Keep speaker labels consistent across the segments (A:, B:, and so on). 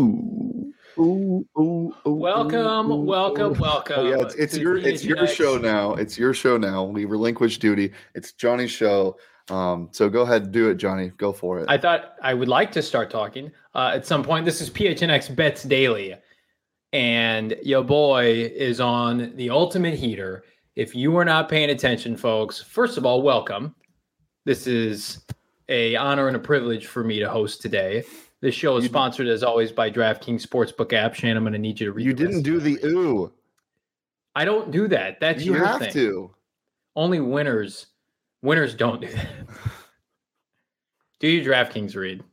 A: Ooh. Ooh, ooh, ooh,
B: Welcome,
A: ooh, ooh,
B: welcome,
A: ooh.
B: welcome.
A: Oh, yeah, it's, it's
B: to
A: your
B: the
A: it's your
B: Injects.
A: show now. It's your show now. We relinquish duty. It's Johnny's show. Um, so go ahead and do it, Johnny. Go for it.
B: I thought I would like to start talking uh, at some point. This is PHNX Bets Daily, and your boy is on the ultimate heater. If you are not paying attention, folks, first of all, welcome. This is a honor and a privilege for me to host today. This show is
A: You-
B: sponsored, as always, by DraftKings Sportsbook app. Shannon, I'm going to need you to read.
A: you
B: the rest.
A: didn't do the ooh.
B: I don't do that. That's
A: You
B: your
A: have
B: thing.
A: to.
B: Only winners. Winners don't do that. do you DraftKings read?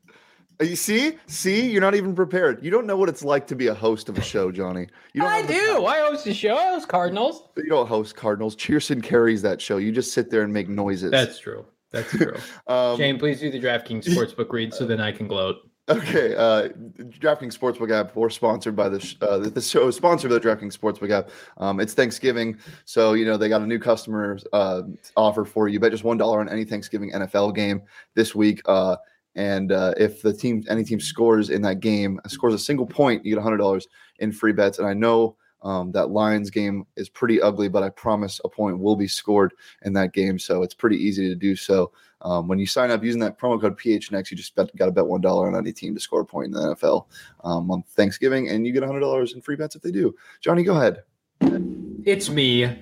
A: Uh, You see, see, you're not even prepared. You don't know what it's like to be a host of a show, Johnny. You don't
B: I
A: have the
B: do. I host the show. I host Cardinals.
A: But you don't host Cardinals. Cheerson carries that show. You just sit there and make noises.
B: That's true. That's true.
A: um,
B: Shane, please do the DraftKings sportsbook read so then I can gloat.
A: Okay, uh, DraftKings Sportsbook app. We're sponsored by the sh- uh, the show is sponsored by the DraftKings Sportsbook app. Um, it's Thanksgiving, so you know they got a new customer uh, offer for you. Bet just one dollar on any Thanksgiving NFL game this week, uh, and uh, if the team any team scores in that game scores a single point, you get hundred dollars in free bets. And I know um, that Lions game is pretty ugly, but I promise a point will be scored in that game, so it's pretty easy to do so. Um, when you sign up using that promo code PHNX, you just bet, got to bet one dollar on any team to score a point in the NFL um, on Thanksgiving, and you get hundred dollars in free bets if they do. Johnny, go ahead.
B: It's me,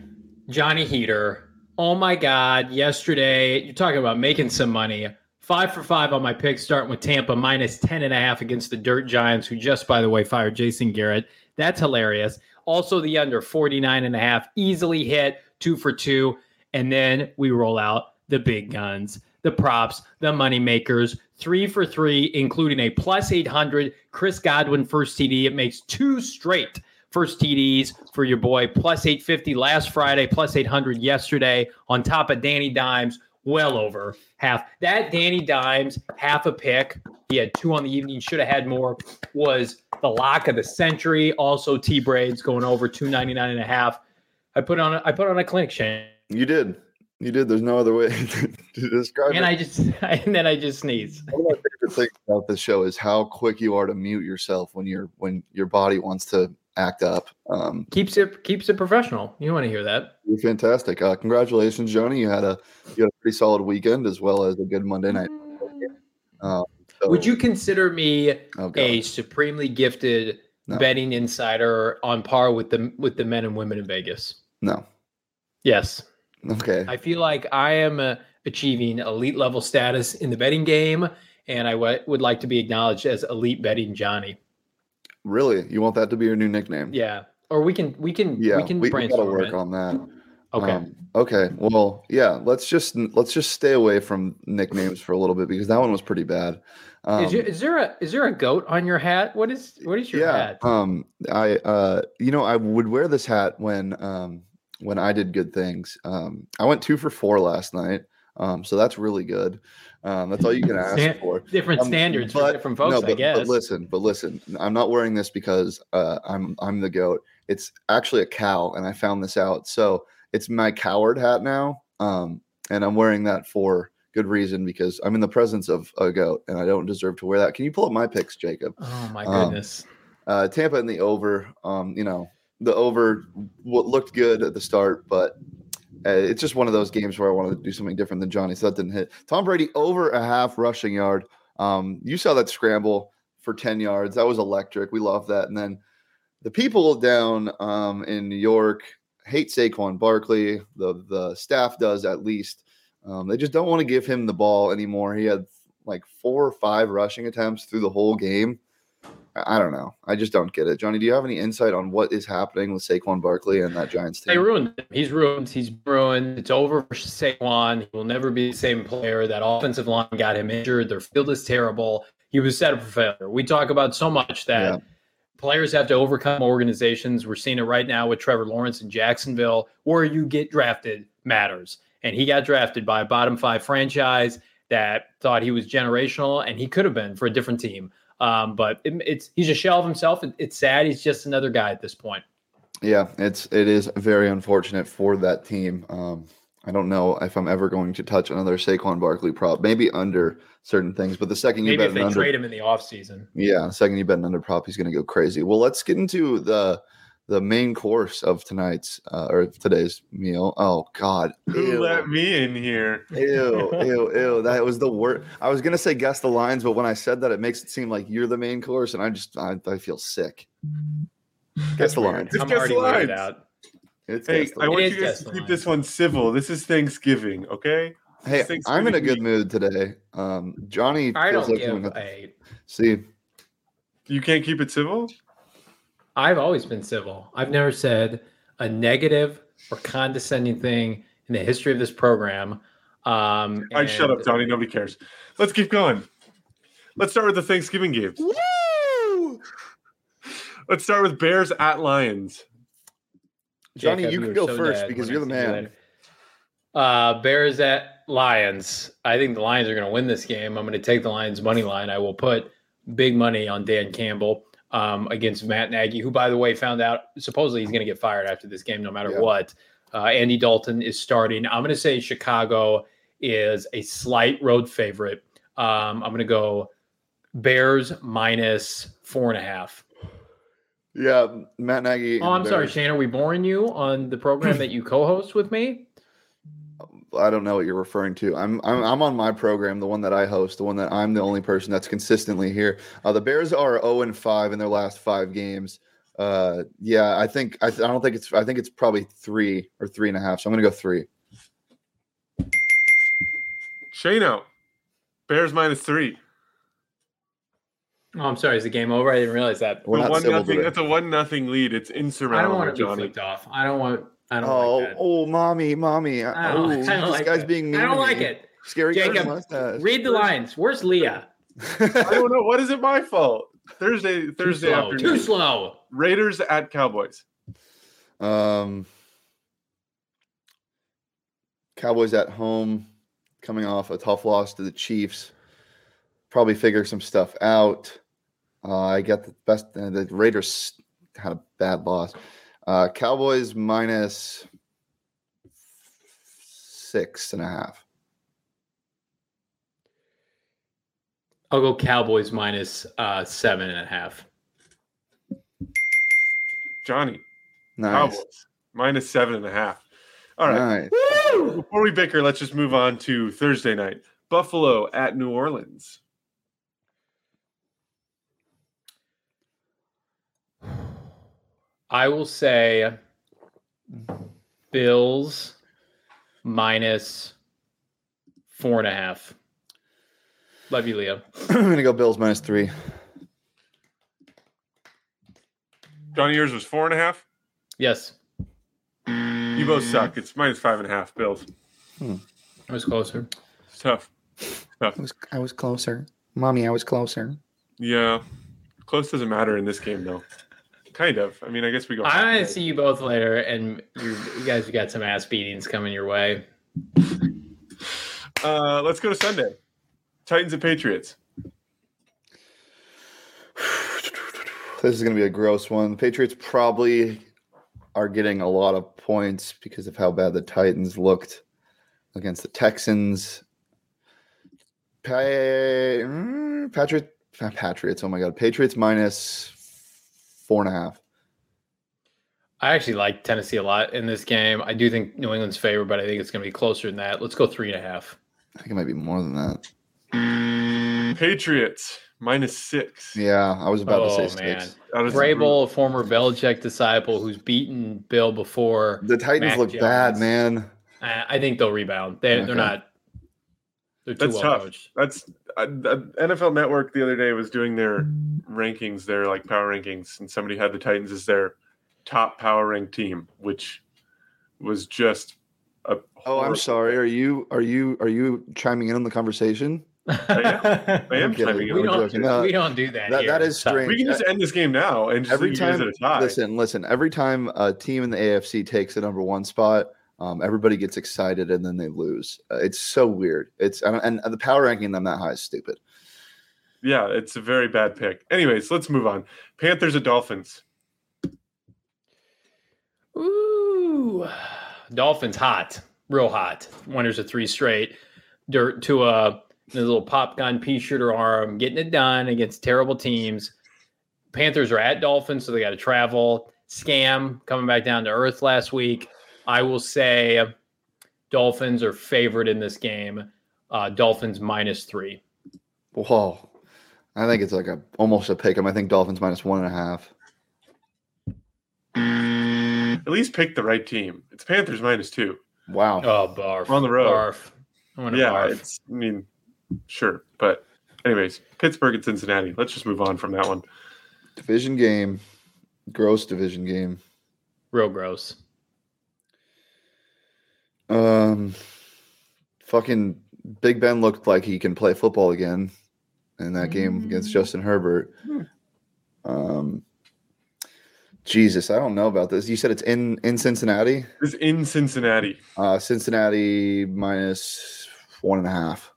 B: Johnny Heater. Oh my God. Yesterday, you're talking about making some money. Five for five on my picks, starting with Tampa, minus 10 and a half against the Dirt Giants, who just, by the way, fired Jason Garrett. That's hilarious. Also, the under 49 and a half, easily hit, two for two. And then we roll out the big guns, the props, the money makers, three for three, including a plus 800 Chris Godwin first TD. It makes two straight first TDs for your boy, plus 850 last Friday, plus 800 yesterday, on top of Danny Dimes, well over half. That Danny Dimes, half a pick, he had two on the evening, should have had more, was the lock of the century. Also, T Braids going over 299 and a half. I put on a, I put on a clinic chain.
A: You did, you did. There's no other way to describe
B: And
A: it.
B: I just and then I just sneeze.
A: One of my favorite things about this show is how quick you are to mute yourself when you're when your body wants to act up. Um,
B: Keeps it keeps it professional. You want to hear that?
A: you're fantastic. Uh, congratulations, Johnny. You had a you had a pretty solid weekend as well as a good Monday night. Um, so-
B: Mm. Would you consider me
A: Oh, God.
B: a supremely gifted
A: No.
B: betting insider on par with the with the men and women in Vegas.
A: no.
B: Yes,
A: Okay.
B: I feel like I am uh, achieving elite level status in the betting game, and I w- would like to be acknowledged as elite betting Johnny.
A: Really? You want that to be your new nickname?
B: Yeah, or we can we can
A: Yeah.
B: we can
A: gotta
B: brainstorm
A: work
B: it.
A: on that.
B: okay,
A: Um, okay. Well, yeah. Let's just let's just stay away from nicknames for a little bit because that one was pretty bad. Um,
B: is, you, is there a is there a goat on your hat? What is what is your
A: yeah.
B: hat?
A: Um. I. Uh. You know, I would wear this hat when um when I did good things. Um. I went two for four last night. Um. So that's really good. Um. That's all you can ask
B: Stan-
A: for.
B: Different
A: Um,
B: standards for
A: but-
B: different folks,
A: no,
B: I
A: but,
B: guess.
A: But listen, but listen, I'm not wearing this because uh, I'm I'm the goat. It's actually a cow, and I found this out. So it's my coward hat now, um, and I'm wearing that for good reason because I'm in the presence of a goat, and I don't deserve to wear that. Can you pull up my picks, Jacob?
B: oh my
A: um,
B: goodness.
A: Uh, Tampa and the over. Um, you know, the over what looked good at the start, but. uh, It's just one of those games where I wanted to do something different than Johnny, so that didn't hit. Tom Brady over a half rushing yard. Um, you saw that scramble for 10 yards. That was electric. We love that. And then the people down um, in New York hate Saquon Barkley. The the staff does at least. Um, they just don't want to give him the ball anymore. He had like four or five rushing attempts through the whole game. I I don't know. I just don't get it. Johnny, do you have any insight on what is happening with Saquon Barkley and that Giants
B: They
A: team?
B: ruined him. He's ruined. He's ruined. It's over for Saquon. He will never be the same player. That offensive line got him injured. Their field is terrible. He was set up for failure. We talk about so much that
A: Yeah.
B: players have to overcome organizations. We're seeing it right now with Trevor Lawrence in Jacksonville. Where you get drafted matters. And he got drafted by a bottom five franchise that thought he was generational, and he could have been for a different team. Um, but it, it's he's a shell of himself. It- it's sad. He's just another guy at this point.
A: Yeah, it's it is very unfortunate for that team. Um, I don't know if I'm ever going to touch another Saquon Barkley prop. Maybe under certain things, but the second you
B: Maybe
A: bet
B: if
A: an
B: they
A: under,
B: trade him in the offseason.
A: yeah, the second you bet an under prop, he's going to go crazy. Well, let's get into the the main course of tonight's uh, or today's meal. Oh God,
C: Who
A: Ew.
C: let me in here?
A: ew, ew, ew. That was the worst. I was gonna say guess the lines, but when I said that, it makes it seem like you're the main course, and I just I, I feel sick.
C: Mm-hmm.
A: Guess the
B: Weird.
A: lines.
C: Just
B: I'm
C: guess
B: already
C: the
B: weirded
C: lines.
B: out.
A: It's
C: Hey,
A: guess the
C: I want
B: It
C: you
B: is
C: guys
B: just
C: to
B: the
C: keep
B: line.
C: this one civil. This is Thanksgiving, okay?
A: Hey,
C: This thing's
A: I'm in a
C: pretty
A: good mood today. Um, Johnny
B: I
A: feels
B: don't
A: like doing
B: give
A: nothing.
B: a.
A: See,
C: You can't keep it civil?
B: I've always been civil. I've never said a negative or condescending thing in the history of this program. Um,
C: I shut
B: and-
C: up, Donnie. Nobody cares. Let's keep going. Let's start with the Thanksgiving games. Let's start with Bears at Lions.
A: Johnny,
B: Jacob,
A: you can
B: were
A: go
B: so
A: first
B: dead
A: because
B: when
A: you're
B: I
A: the
B: see you
A: man.
B: later. Uh, Bears at Lions. I think the Lions are going to win this game. I'm going to take the Lions money line. I will put big money on Dan Campbell um, against Matt Nagy, who, by the way, found out supposedly he's going to get fired after this game, no matter
A: Yeah.
B: what. Uh, Andy Dalton is starting. I'm going to say Chicago is a slight road favorite. Um, I'm going to go Bears minus four and a half.
A: yeah, Matt Nagy.
B: Oh,
A: and
B: I'm
A: the
B: sorry,
A: Bears.
B: Shane. Are we boring you on the program that you co-host with me?
A: I don't know what you're referring to. I'm, I'm I'm on my program, the one that I host, the one that I'm the only person that's consistently here. Uh, the Bears are 0 and 5 in their last five games. Uh, yeah, I think I, th- I don't think it's I think it's probably three or three and a half. So I'm gonna go three.
C: Shano. Bears minus three.
B: Oh, I'm sorry. Is the game over? I didn't realize that.
A: We're
C: The
A: not
C: one
A: civil
C: nothing,
A: today.
C: that's a one nothing lead. It's
B: I don't
C: insurmountable,
B: want to be
C: Johnny.
B: flipped off. I don't want. I don't
A: oh,
B: like that.
A: oh, mommy, mommy.
B: I don't,
A: oh,
B: I don't
A: this
B: like
A: guy's
B: that.
A: being mean.
B: I don't
A: to
B: like
A: me.
B: it.
A: Scary
B: Jacob,
A: Jacob, mustache.
B: Read the lines. Where's Leah?
C: I don't know. What is it my fault? Thursday, Thursday
B: Too slow. Too
C: afternoon.
B: slow.
C: Raiders at Cowboys.
A: Um, Cowboys at home, coming off a tough loss to the Chiefs. Probably figure some stuff out. Uh, I got the best. Uh, the Raiders had a bad loss. Uh, Cowboys minus six and a half.
B: I'll go Cowboys minus uh, seven and a half.
C: Johnny.
A: Nice.
C: Cowboys. Minus seven and a half. All right.
A: Nice.
C: Before we bicker, let's just move on to Thursday night. Buffalo at New Orleans.
B: I will say Bills minus four and a half. Love you, Leah.
A: I'm gonna go Bills minus three.
C: Johnny, yours was four and a half.
B: Yes,
C: You both
D: Mm-hmm.
C: suck. It's minus five and a half Bills.
B: I was closer.
C: It's tough.
D: I was, I was closer. Mommy, I was closer.
C: Yeah. Close doesn't matter in this game, though. Kind of. I mean, I guess we go.
B: I'm
C: halfway.
B: gonna see you both later, and you, you guys got some ass beatings coming your way.
C: Uh, let's go to Sunday. Titans and Patriots.
A: This is going to be a gross one. The Patriots probably are getting a lot of points because of how bad the Titans looked against the Texans. Pa- mm, Patriot, not Patriots. Oh my God, Patriots minus four and a half.
B: I actually like Tennessee a lot in this game. I do think New England's favored, but I think it's going to be closer than that. Let's go three and a half.
A: I think it might be more than that.
D: Mm.
C: Patriots minus six.
A: Yeah, I was about
B: oh
A: to say
B: man,
A: six.
C: That is
B: Vrabel,
C: brutal.
B: a former Belichick disciple, who's beaten Bill before.
A: The Titans
B: Mac
A: look bad,
B: Jones.
A: man.
B: I, I think they'll rebound. They,
A: Okay.
B: They're not. They're too
C: That's
B: well
C: tough.
B: coached.
C: That's uh, the NFL Network the other day was doing their rankings, their like power rankings, and somebody had the Titans as their top power ranked team, which was just a.
A: Oh, I'm
C: horrible-
A: sorry. Are you are you are you chiming in on the conversation?
C: I am
A: I'm kidding.
C: typing it.
B: we
A: I'm
B: don't.
A: joking. Uh, No,
B: we don't do that.
A: that-
B: here.
A: that is
B: Sorry.
A: strange.
C: We can just end this game now and just
A: every
C: leave
A: time
C: you guys at a tie.
A: listen listen every time a team in the afc takes the number one spot um, everybody gets excited and then they lose uh, it's so weird it's and, and the power ranking them that high is stupid
C: Yeah, it's a very bad pick. Anyways, let's move on. Panthers and Dolphins.
B: Ooh, Dolphins hot. real hot. Winners of three straight. Dirt to a, a little pop gun pea shooter arm, getting it done against terrible teams. Panthers are at Dolphins, so they got to travel. Scam coming back down to earth last week. I will say Dolphins are favored in this game. Uh, Dolphins minus three.
A: Whoa. I think it's like a almost a pick 'em. I think Dolphins minus one and a half.
C: At least pick the right team. It's Panthers minus two.
A: Wow.
B: Oh, barf.
C: We're on the road.
B: Barf. I wanna
C: yeah,
B: barf.
C: it's. I mean, sure, but anyways, Pittsburgh and Cincinnati. Let's just move on from that one.
A: Division game. Gross division game.
B: real gross.
A: Um fucking Big Ben looked like he can play football again in that game
B: Mm.
A: against Justin Herbert.
C: Hmm.
A: Um Jesus, I don't know about this. You said it's in in Cincinnati?
C: This is in Cincinnati.
A: Uh, Cincinnati minus one and a half.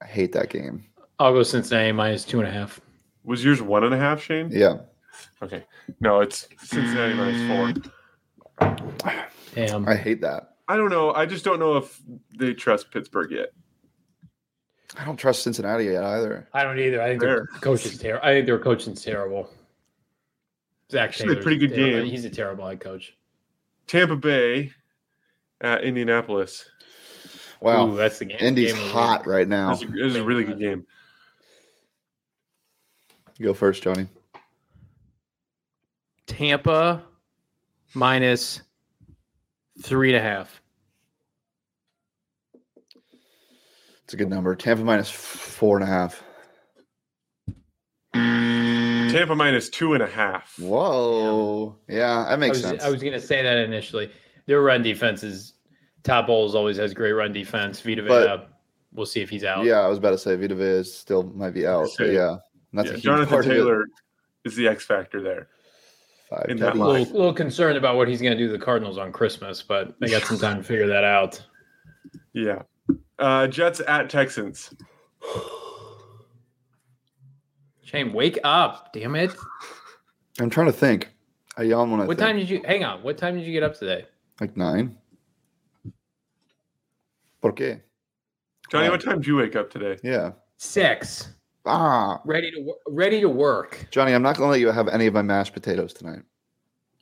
A: I hate that game.
B: I'll go Cincinnati minus two and a half.
C: Was yours one and a half, Shane?
B: Hmm.
A: Yeah.
C: Okay. No, it's Cincinnati minus four.
B: Damn.
A: I hate that.
C: I don't know. I just don't know if they trust Pittsburgh yet.
A: I don't trust Cincinnati yet either.
B: I don't either. I think their
C: Fair.
B: coach is terrible. I think their coach is terrible. Zach
C: Actually, a
B: Taylor
C: pretty good game.
B: He's a terrible head coach.
C: Tampa Bay at Indianapolis.
A: Wow.
B: Ooh, that's the game.
A: Indy's
B: game of the
A: hot right now.
C: This is, a, this is a really good game.
A: You go first, Johnny.
B: week. Tampa minus three and a half.
A: It's a good number. Tampa minus four and a half.
C: Tampa minus two and a half.
A: Whoa. Yeah, that makes
B: I was,
A: sense.
B: I was going to say that initially. Their run defense is top bowls always has great run defense. Vita
A: But-
B: Vea, we'll see if he's out.
A: yeah, I was about to say Vita Vea is still might be out. but
C: Say-
A: yeah. That's
C: Yeah,
A: a huge
C: Jonathan
A: part Of
C: Taylor is the X factor there.
A: it. Five
C: in that
A: tutties.
B: A little,
C: line.
B: little concerned about what he's going to do to the Cardinals on Christmas, but they got some time to figure that out.
C: Yeah. Uh, Jets at Texans.
B: Shane, wake up. Damn it.
A: I'm trying to think. I yawn when I
B: What
A: think.
B: time did you hang on? What time did you get up today?
A: Like nine. Por qué?
C: Johnny,
A: Uh,
C: what time did you wake up today?
A: Yeah.
B: Six.
A: Ah.
B: Ready to wor- ready to work.
A: Johnny, I'm not going to let you have any of my mashed potatoes tonight,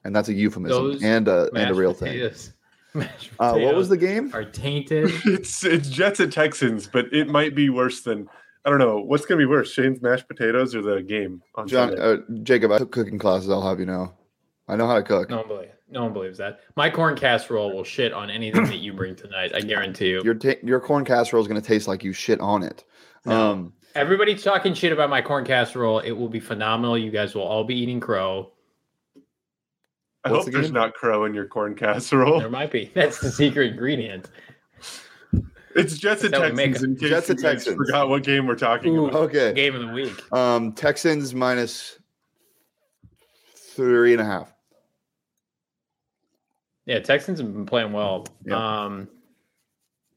A: and that's a euphemism
B: Those
A: and a and a
B: Mashed
A: real thing.
B: potatoes. Mashed
A: Uh, what was
B: potatoes
A: the game?
B: Are tainted.
C: It's it's Jets at Texans, but it might be worse than I don't know. What's gonna be worse, Shane's mashed potatoes or the game on
A: John,
C: Sunday?
A: uh, Jacob, I took cooking classes. I'll have you know, I know how to cook.
B: No one believes. No one believes that. My corn casserole will shit on anything that you bring tonight. I guarantee you.
A: Your ta- your corn casserole is going to taste like you shit on it.
B: No.
A: Um,
B: Everybody's talking shit about my corn casserole. It will be phenomenal. You guys will all be eating crow.
C: I
A: what's
C: hope
A: the
C: there's
A: game?
C: not crow in your corn casserole.
A: Oh.
B: There might be. That's the secret ingredient.
C: It's Jets at
B: That would make
C: Texans. In case
A: Jets
C: you
A: at
C: guys
A: Texans.
C: forgot what game we're talking
B: Ooh.
C: about.
A: okay.
B: Game of the week.
A: Um, Texans minus three and a half.
B: Yeah, Texans have been playing well. Um,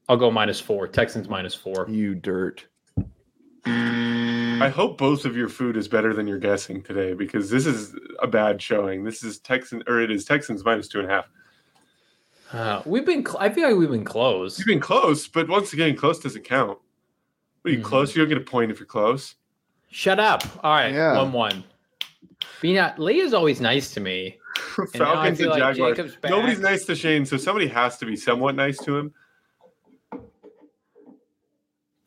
B: I'll go minus four. Texans minus four.
A: You dirt.
C: I hope both of your food is better than you're guessing today because this is a bad showing. This is Texan or it is Texans minus two and a half.
B: Uh, we've been. Cl- I feel like we've been close.
C: You've been close, but once again, close doesn't count. What are you
B: Mhm.
C: close? You don't get a point if you're close.
B: Shut up. All right.
A: Yeah.
B: One one. Be not. Lee is always nice to me. And now I
C: Falcons
B: feel
C: and
B: like
C: Jaguars.
B: Jacob's back.
C: Nobody's nice to Shane, so somebody has to be somewhat nice to him.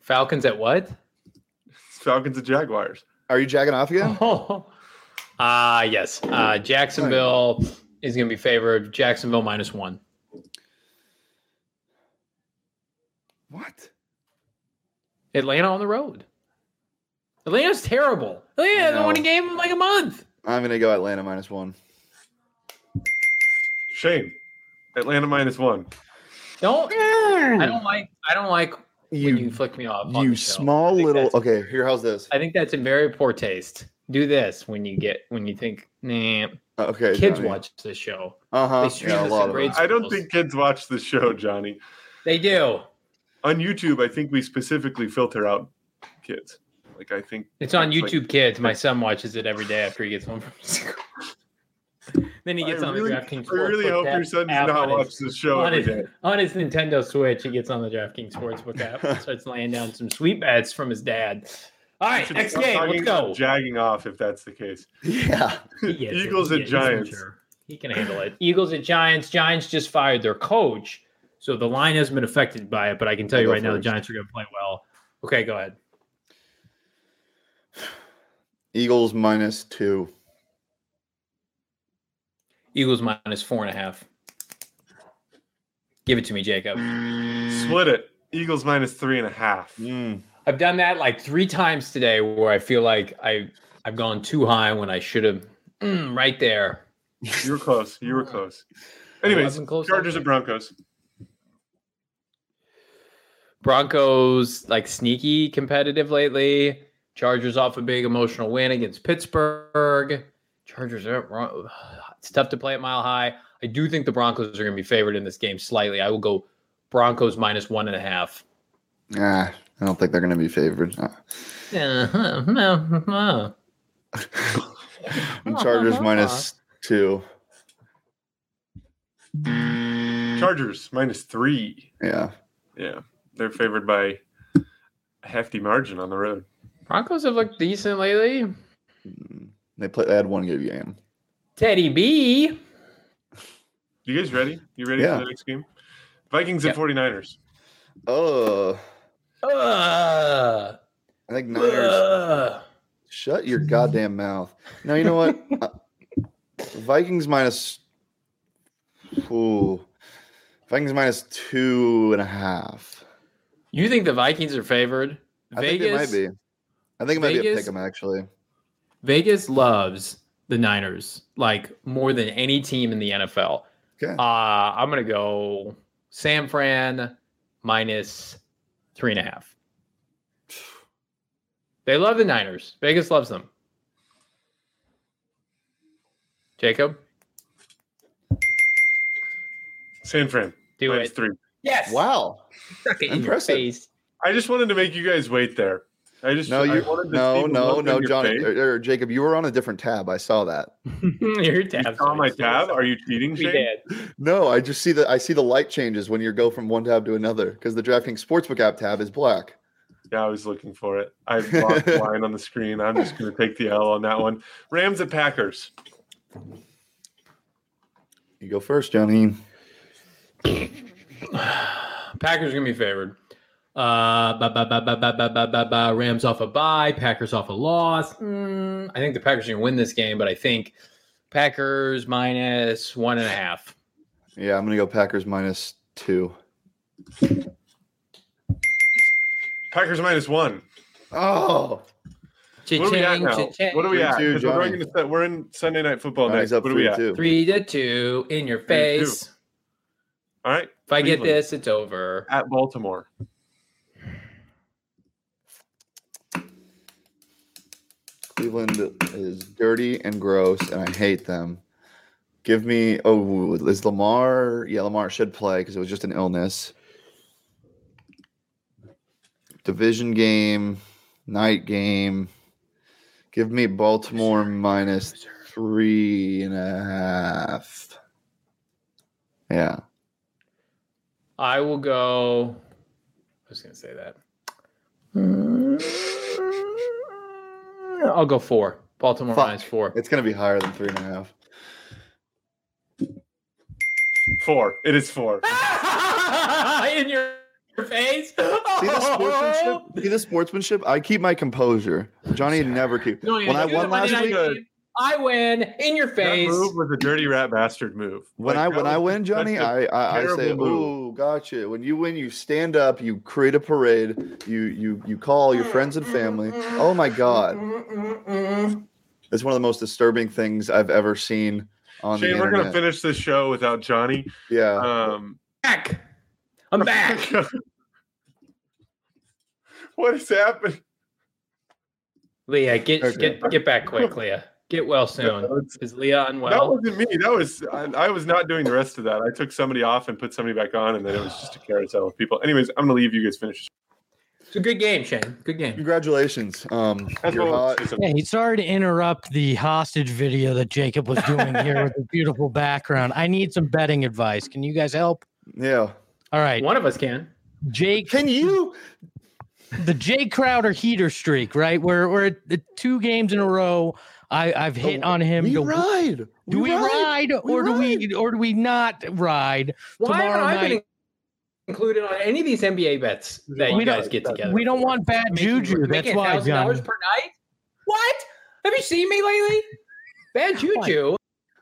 B: Falcons at what?
C: It's Falcons and Jaguars.
A: Are you jacking off again?
B: Oh. Ah, yes. Uh, Jacksonville is going to be favored. Jacksonville minus one.
A: What?
B: Atlanta on the road. Atlanta's terrible. Atlanta hasn't won a
A: know.
B: game in like a month.
A: I'm going to go Atlanta minus one.
C: Shane, Atlanta minus one.
B: Don't. I don't like. I don't like when you,
A: Hmm. You
B: flick me off. on
A: you
B: the show. I
A: small
B: think
A: little.
B: that's-
A: Okay, here. How's this?
B: I think that's in very poor taste. Do this when you get when you think, nah.
A: Uh, Okay,
B: Kids watch this show.
A: Uh huh.
B: They stream this in grade
C: I don't
B: schools.
C: think kids watch the show, Johnny.
B: They do.
C: On YouTube, I think we specifically filter out kids. Like I think
B: It's on
C: It's like-
B: YouTube Kids. My son watches it every day after he gets home from school. Then he gets
C: I
B: on
C: really,
B: the DraftKings
C: I really
B: Sportsbook
C: hope your
B: app-
C: son does
B: app
C: not
B: on his-
C: watch this show
B: on
C: every
B: his,
C: day.
B: on his Nintendo Switch, he gets on the DraftKings Sportsbook app and starts laying down some sweet bets from his dad. All
C: You
B: right,
C: should
B: next
C: stop
B: game.
C: talking
B: Let's
C: about
B: go.
C: Jagging off if that's the case.
A: Yeah.
B: He gets it.
C: Eagles
B: He
C: and
B: gets it, I'm
C: Giants.
B: sure. He can handle it. Eagles and Giants. Giants just fired their coach, so the line hasn't been affected by it. But I can tell
A: I'll
B: you
A: go
B: right now, the
A: first.
B: Giants are going to play well. Okay, go ahead.
A: Eagles minus two.
B: Eagles minus four and a half. Give it to me, Jacob. Mm.
C: Split it. Eagles minus three and a half.
A: Hmm.
B: I've done that like three times today, where I feel like I I've gone too high when I should have. Mm, right there.
C: You were close. You were close.
B: I've
C: Anyways,
B: been close
C: Chargers and Broncos.
B: Broncos like sneaky competitive lately. Chargers off a big emotional win against Pittsburgh. Chargers are Bron- it's tough to play at Mile High. I do think the Broncos are going to be favored in this game slightly. I will go Broncos minus one and a half.
A: Ah, I don't think they're going to be favored. Ah.
B: Uh-huh.
A: Chargers minus two.
B: Mm.
C: Chargers minus three.
A: Yeah.
C: Yeah, they're favored by a hefty margin on the road.
B: Broncos have looked decent lately.
A: Mm. They play. They had one good game.
B: Teddy B.
C: You guys ready? You ready
A: Yeah.
C: for the next game? Vikings and
B: Yeah.
C: 49ers.
A: Oh,
B: Ugh.
A: I think Niners.
B: Ugh.
A: Shut your goddamn mouth. Now you know what? Uh, Vikings minus. Ooh. Vikings minus two and a half.
B: You think the Vikings are favored?
A: I think they might be. I think it might
B: Vegas-
A: be a pick'em actually.
B: Vegas loves the Niners like more than any team in the NFL.
A: Okay.
B: Uh, I'm gonna go San Fran minus three and a half. They love the Niners. Vegas loves them. Jacob,
C: San Fran
B: do
C: minus
B: it.
C: three.
B: Yes.
A: Wow.
B: Suck it in your
A: Impressive.
B: face.
C: I just wanted to make you guys wait there. I just
A: No,
C: I
A: you.
C: wanted to see
A: No,
C: the
A: no,
C: look on
A: no,
C: your
A: Johnny
C: face.
A: or, or Jacob. You were on a different tab. I saw that.
B: your
C: You
B: tab.
C: saw my tab. Are you cheating,
B: We
C: Shane?
B: did.
A: No, I just see the I see the light changes when you go from one tab to another because the DraftKings Sportsbook app tab is black.
C: Yeah, I was looking for it. I blocked the line on the screen. I'm just going to take the L on that one. Rams and Packers.
A: You go first, Johnny.
B: Packers gonna be favored. Uh, ba ba ba ba ba ba ba ba ba. Rams off a bye. Packers off a loss. Mm, I think the Packers are gonna win this game, but I think Packers minus one and a half.
A: Yeah, I'm gonna go Packers minus two.
C: Packers minus one.
A: Oh,
C: What are we at now?
B: Cha-ching,
C: What are we
A: Three,
C: at?
A: two,
C: 'Cause We're,
A: Johnny.
C: going to, we're in Sunday night football
A: Johnny's
C: next.
A: up
C: What are we
A: three
C: at?
A: two.
B: Three to two in your
C: Three to
B: face.
C: All right,
B: If I get
C: Cleveland.
B: this, it's over.
C: at Baltimore.
A: Cleveland is dirty and gross, and I hate them. Give me oh, is Lamar? Yeah, Lamar should play because it was just an illness. Division game, night game. Give me Baltimore minus three and a half. Yeah,
B: I will go. I was gonna say that. Mm, I'll go four. Baltimore
A: Fuck.
B: minus four.
A: it's gonna be higher than three and a half.
C: Four. It is four.
B: in your face. Oh.
A: See the sportsmanship. See the sportsmanship. I keep my composure. Johnny never keep.
B: No, you
A: When I
B: do the
A: won last
B: Monday night
C: week,
B: game, I win in your
C: That
B: face.
C: move was a dirty rat bastard move.
A: When
C: Like,
A: I
C: that
A: when
C: was
A: I win,
C: such
A: Johnny,
C: a-
A: I I, I say,
C: terrible
A: "Ooh,
C: move.
A: gotcha." When you win, you stand up, you create a parade, you you you call your friends and family. Oh my god, it's one of the most disturbing things I've ever seen on
C: Shane,
A: the
C: we're
A: internet. Uh,
C: going to finish this show without Johnny.
A: yeah,
C: Um,
B: Back. I'm back.
C: what has happened?
B: Leah, get
A: Okay.
B: get get back quick, Leah. Get well soon. Is Leah
C: that
B: unwell?
C: wasn't me. That was I, I was not doing the rest of that. I took somebody off and put somebody back on, and then it was just a carousel of people. Anyways, I'm gonna leave you guys finish.
B: It's a good game, Shane. Good game.
A: Congratulations. Um,
C: That's
A: you're
C: what we'll
A: hot.
C: see some-
E: Hey, sorry to interrupt the hostage video that Jacob was doing here with the beautiful background. I need some betting advice. Can you guys help?
A: Yeah.
E: All right,
B: One of us can.
E: Jake,
A: Can you?
E: the Jay Crowder heater streak, right? Where we're at the two games in a row. I, I've hit
B: Oh,
E: on him.
A: We
E: to-
A: ride.
E: do we ride,
A: We
E: or do we or do we not ride?
B: Why
E: Tomorrow
B: haven't I been
E: night-
B: included on any of these NBA bets that
E: We
B: you
E: don't-
B: guys get together?
E: We don't want bad
B: Making-
E: juju. That's
B: making
E: why,
B: thousand dollars
E: John.
B: per night. What? Have you seen me lately? Bad juju.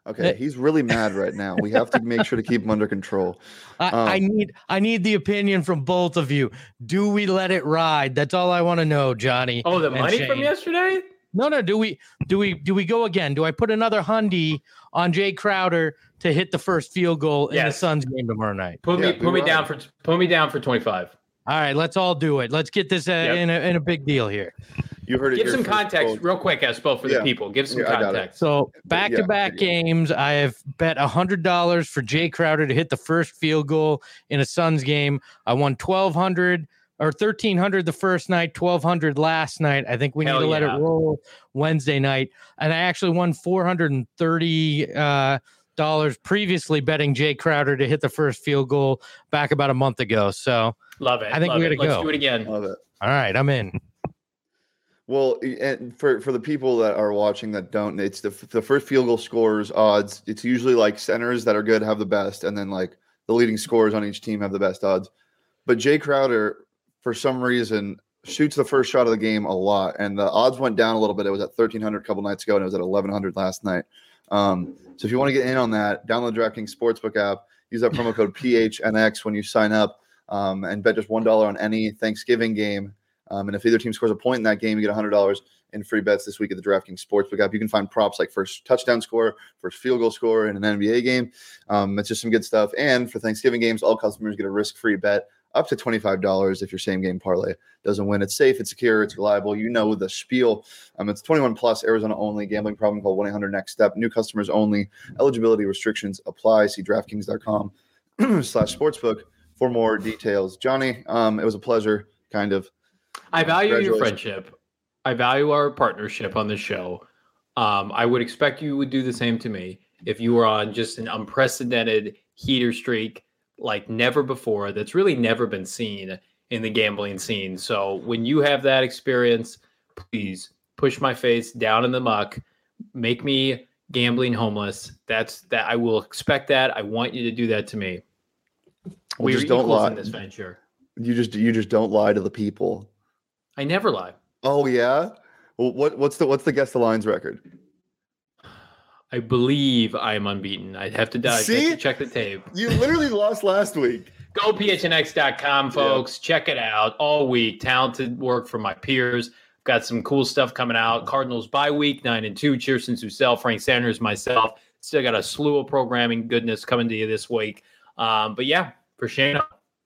A: Okay,
E: Uh,
A: he's really mad right now. We have to make sure to keep him under control.
E: I,
B: Oh.
E: I
A: Um,
E: need I need the opinion from both of you. Do we let it ride? That's all I want to know, Johnny.
B: Oh, the
E: and
B: money from
E: Shane.
B: yesterday.
E: No, no. Do we do we do we go again? Do I put another hundy on Jay Crowder to hit the first field goal in the
B: Yes.
E: Suns game tomorrow night?
B: Put
A: Yeah,
B: me,
A: we
B: put me
A: ride.
B: down for, put me down for twenty five.
E: All right, let's all do it. Let's get this uh,
B: Yep.
E: in, a, in a big deal here.
A: You heard it.
B: Give
A: here
B: some
A: first,
B: context,
A: folks.
B: real quick, Espo, for the
A: Yeah.
B: people. Give some
A: Yeah, I got it.
B: context.
E: So back
A: yeah,
E: to back
A: yeah.
E: games, I have bet hundred dollars for Jay Crowder to hit the first field goal in a Suns game. I won twelve hundred or thirteen hundred the first night, twelve hundred last night. I think we
B: Hell
E: need to let it
B: yeah.
E: roll Wednesday night, and I actually won four hundred and thirty. Uh, Dollars previously betting Jay Crowder to hit the first field goal back about a month ago. So,
B: Love it.
E: I think
B: love
E: we
B: it.
E: gotta
B: Let's
E: go.
B: do it again.
A: Love it.
E: all right, I'm in.
A: Well, and for for the people that are watching that don't, it's the the first field goal scores odds. It's usually like centers that are good have the best, and then like the leading scorers on each team have the best odds. But Jay Crowder, for some reason, shoots the first shot of the game a lot, and the odds went down a little bit. It was at thirteen hundred a couple nights ago, and it was at eleven hundred last night. Um, so if you want to get in on that, download the DraftKings Sportsbook app. Use that promo code PHNX when you sign up, um, and bet just one dollar on any Thanksgiving game. Um, and if either team scores a point in that game, you get $100 in free bets this week at the DraftKings Sportsbook app. You can find props like first touchdown score, first field goal score in an NBA game. Um, it's just some good stuff. And for Thanksgiving games, all customers get a risk free bet up to $25 if your same game parlay doesn't win. It's safe, it's secure, it's reliable. You know the spiel. Um, it's 21 plus, Arizona only. Gambling problem call 1 800 Next Step. New customers only. Eligibility restrictions apply. See DraftKings.com slash sportsbook for more details. Johnny, um, it was a pleasure, kind of.
B: I value your
A: Congratulations.
B: friendship. I value our partnership on this show. Um, I would expect you would do the same to me if you were on just an unprecedented heater streak like never before that's really never been seen in the gambling scene. So when you have that experience, please push my face down in the muck, make me gambling homeless. That's that I will expect that. I want you to do that to me.
A: We
B: We're
A: just don't
B: equals
A: lie.
B: in this venture.
A: You just you just don't lie to the people.
B: I never lie.
A: Oh yeah. Well, what what's the what's the guess the lines record?
B: I believe I am unbeaten. I'd have to die. I'd have to
A: See?
B: check the tape.
A: You literally lost last week.
B: Go phnx.com, folks. Check it out all week. Talented work from my peers. Got some cool stuff coming out. Cardinals by week nine and two. Cheerson Soussel, Frank Sanders, myself. Still got a slew of programming goodness coming to you this week. Um, but yeah, for Shane,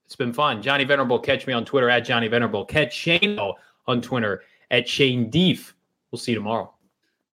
B: it's been fun. Johnny Venerable, catch me on Twitter at Johnny Venerable. Catch Shane on Twitter at Shane Deef. We'll see you tomorrow.